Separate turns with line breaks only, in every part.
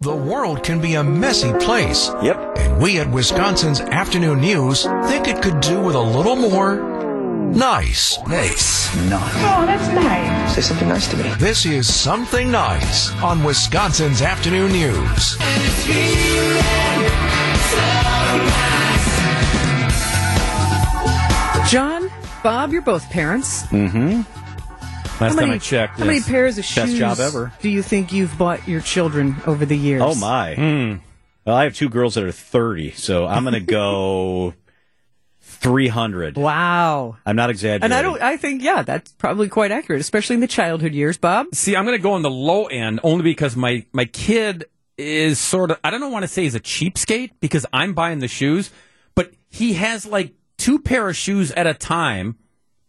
The world can be a messy place.
Yep.
And we at Wisconsin's Afternoon News think it could do with a little more nice.
Nice. Nice.
Oh, that's nice.
Say something nice to me.
This is Something Nice on Wisconsin's Afternoon News.
John, Bob, you're both parents.
Mm-hmm. Last
How many,
time I checked,
how many
yes.
pairs of shoes
best job ever.
do you think you've bought your children over the years?
Oh my! Well, I have two girls that are thirty, so I'm going to go three hundred.
Wow.
I'm not exaggerating.
And I don't. I think yeah, that's probably quite accurate, especially in the childhood years, Bob.
See, I'm going to go on the low end only because my my kid is sort of I don't want to say he's a cheapskate because I'm buying the shoes, but he has like two pair of shoes at a time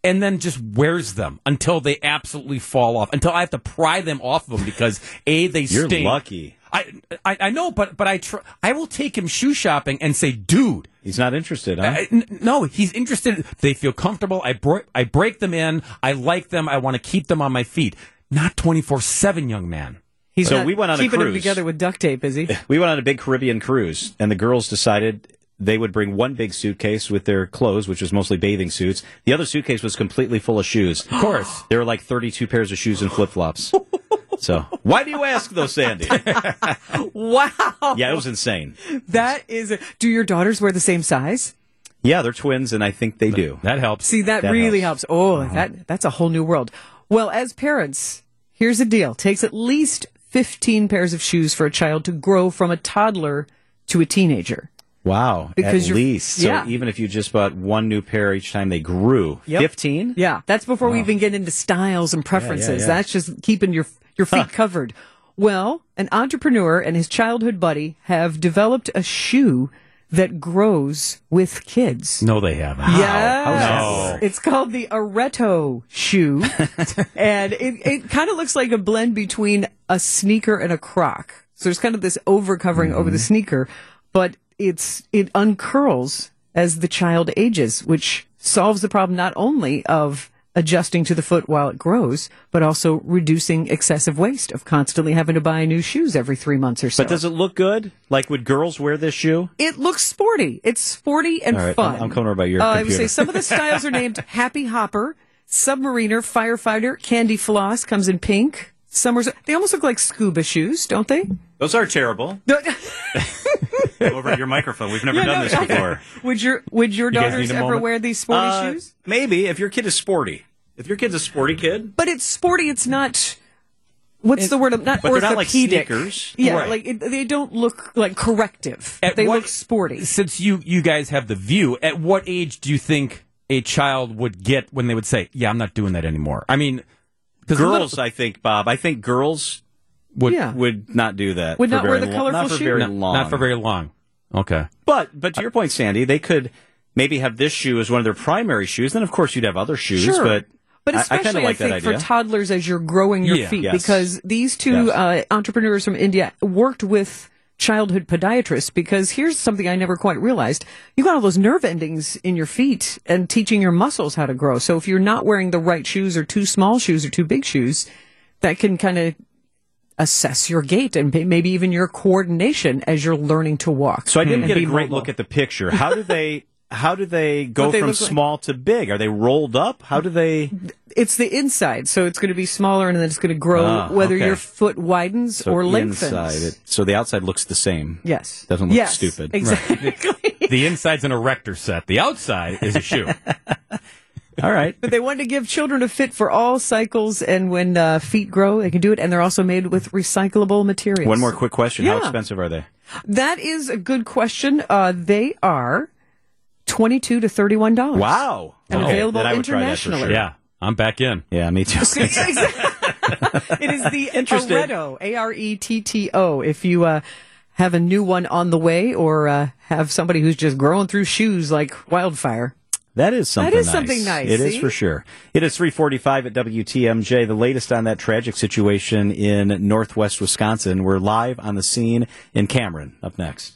and then just wears them until they absolutely fall off until I have to pry them off of him because a they
You're
stink.
lucky.
I, I I know, but but I tr- I will take him shoe shopping and say, dude.
He's not interested, huh?
I, n- no, he's interested. They feel comfortable. I bro- I break them in. I like them. I want to keep them on my feet. Not twenty four seven, young man.
He's
So
not
we went on a
keeping them
cruise.
together with duct tape, is he?
we went on a big Caribbean cruise, and the girls decided they would bring one big suitcase with their clothes, which was mostly bathing suits. The other suitcase was completely full of shoes.
Of course.
There were like 32 pairs of shoes and flip flops. So why do you ask, though, Sandy?
Wow,
Yeah, it was insane.
that is. Do your daughters wear the same size?
Yeah, they're twins, and I think they do.
That helps.
See, that,
That
really helps.
helps. Uh-huh.
Oh, that that's a whole new world. Well, as parents, here's the deal: takes at least 15 pairs of shoes for a child to grow from a toddler to a teenager.
Wow,
Because
at
you're-
least. So
yeah.
even if you just bought one new pair each time they grew,
Yep.
15?
Yeah, that's before we even get into styles and preferences.
yeah.
That's just keeping your your feet covered. Well, an entrepreneur and his childhood buddy have developed a shoe that grows with kids.
No, they haven't.
Yes.
No.
It's called the Areto shoe. and it, it kind of looks like a blend between a sneaker and a croc. So there's kind of this over covering over the sneaker, but it's it uncurls as the child ages, which solves the problem not only of adjusting to the foot while it grows, but also reducing excessive waste of constantly having to buy new shoes every three months or so.
But does it look good? Like, would girls wear this shoe?
It looks sporty. It's sporty and
All right,
fun.
I'm- I'm coming over by your
Uh, I would
computer.
say some of the styles are named Happy Hopper, Submariner, Firefighter, Candy Floss comes in pink. Summers. They almost look like scuba shoes, don't they?
Those are terrible. Over your microphone. We've never done this before. Uh,
would your Would your
guys
daughters
need a
ever
moment?
wear these sporty shoes?
Maybe if your kid is sporty. If your kid's a sporty kid,
But it's sporty. It's not. What's the word? Not
but they're not like
orthopedic.
sneakers.
Yeah,
Right.
like it, they don't look like corrective.
At
they
what-
look sporty.
Since you you guys have the view, at what age do you think a child would get when they would say, "Yeah, I'm not doing that anymore"? I mean, 'cause
girls,
little-
I think, Bob. I think girls
would
Yeah.
would not do that.
Would
for
not wear
very
the
long-
colorful
not for
shoe?
Very
No,
long.
not for very long. Okay.
But but to your point, Sandy, they could maybe have this shoe as one of their primary shoes. Then of course you'd have other shoes.
Sure.
But
But
I- I,
especially,
kind of like that
think,
idea.
for toddlers as you're growing your
Yeah.
feet,
Yes.
because these two
Yes.
uh, entrepreneurs from India worked with childhood podiatrists. Because here's something I never quite realized: you got all those nerve endings in your feet, and teaching your muscles how to grow. So if you're not wearing the right shoes, or too small shoes, or too big shoes, that can kind of assess your gait and may- maybe even your coordination as you're learning to walk.
so I didn't
Hmm. and
get a
be
great
mobile.
look at the picture. How do they? How do they go
What they
from
look like.
small to big? Are they rolled up? How do they?
it's the inside, so it's going to be smaller, and then it's going to grow
Ah,
whether
okay.
your foot widens
So
or lengthens.
inside it- so the outside looks the same.
Yes.
Doesn't look
Yes,
stupid.
Exactly.
the inside's an erector set. The outside is a shoe.
All right.
But they wanted to give children a fit for all cycles, and when uh, feet grow, they can do it. And they're also made with recyclable materials.
One more quick question. How
Yeah.
expensive are they?
That is a good question. Uh, they are twenty-two to thirty-one dollars.
Wow.
And available
Then I would try that for
internationally.
sure.
yeah, I'm back in.
Yeah, me too.
it is the Aretto, A R E T T O. If you uh, have a new one on the way, or uh, have somebody who's just growing through shoes like wildfire.
That is something.
is
nice.
something nice,
It is
see?
for sure. It is three forty-five at WTMJ. The latest on that tragic situation in Northwest Wisconsin. We're live on the scene in Cameron. Up next.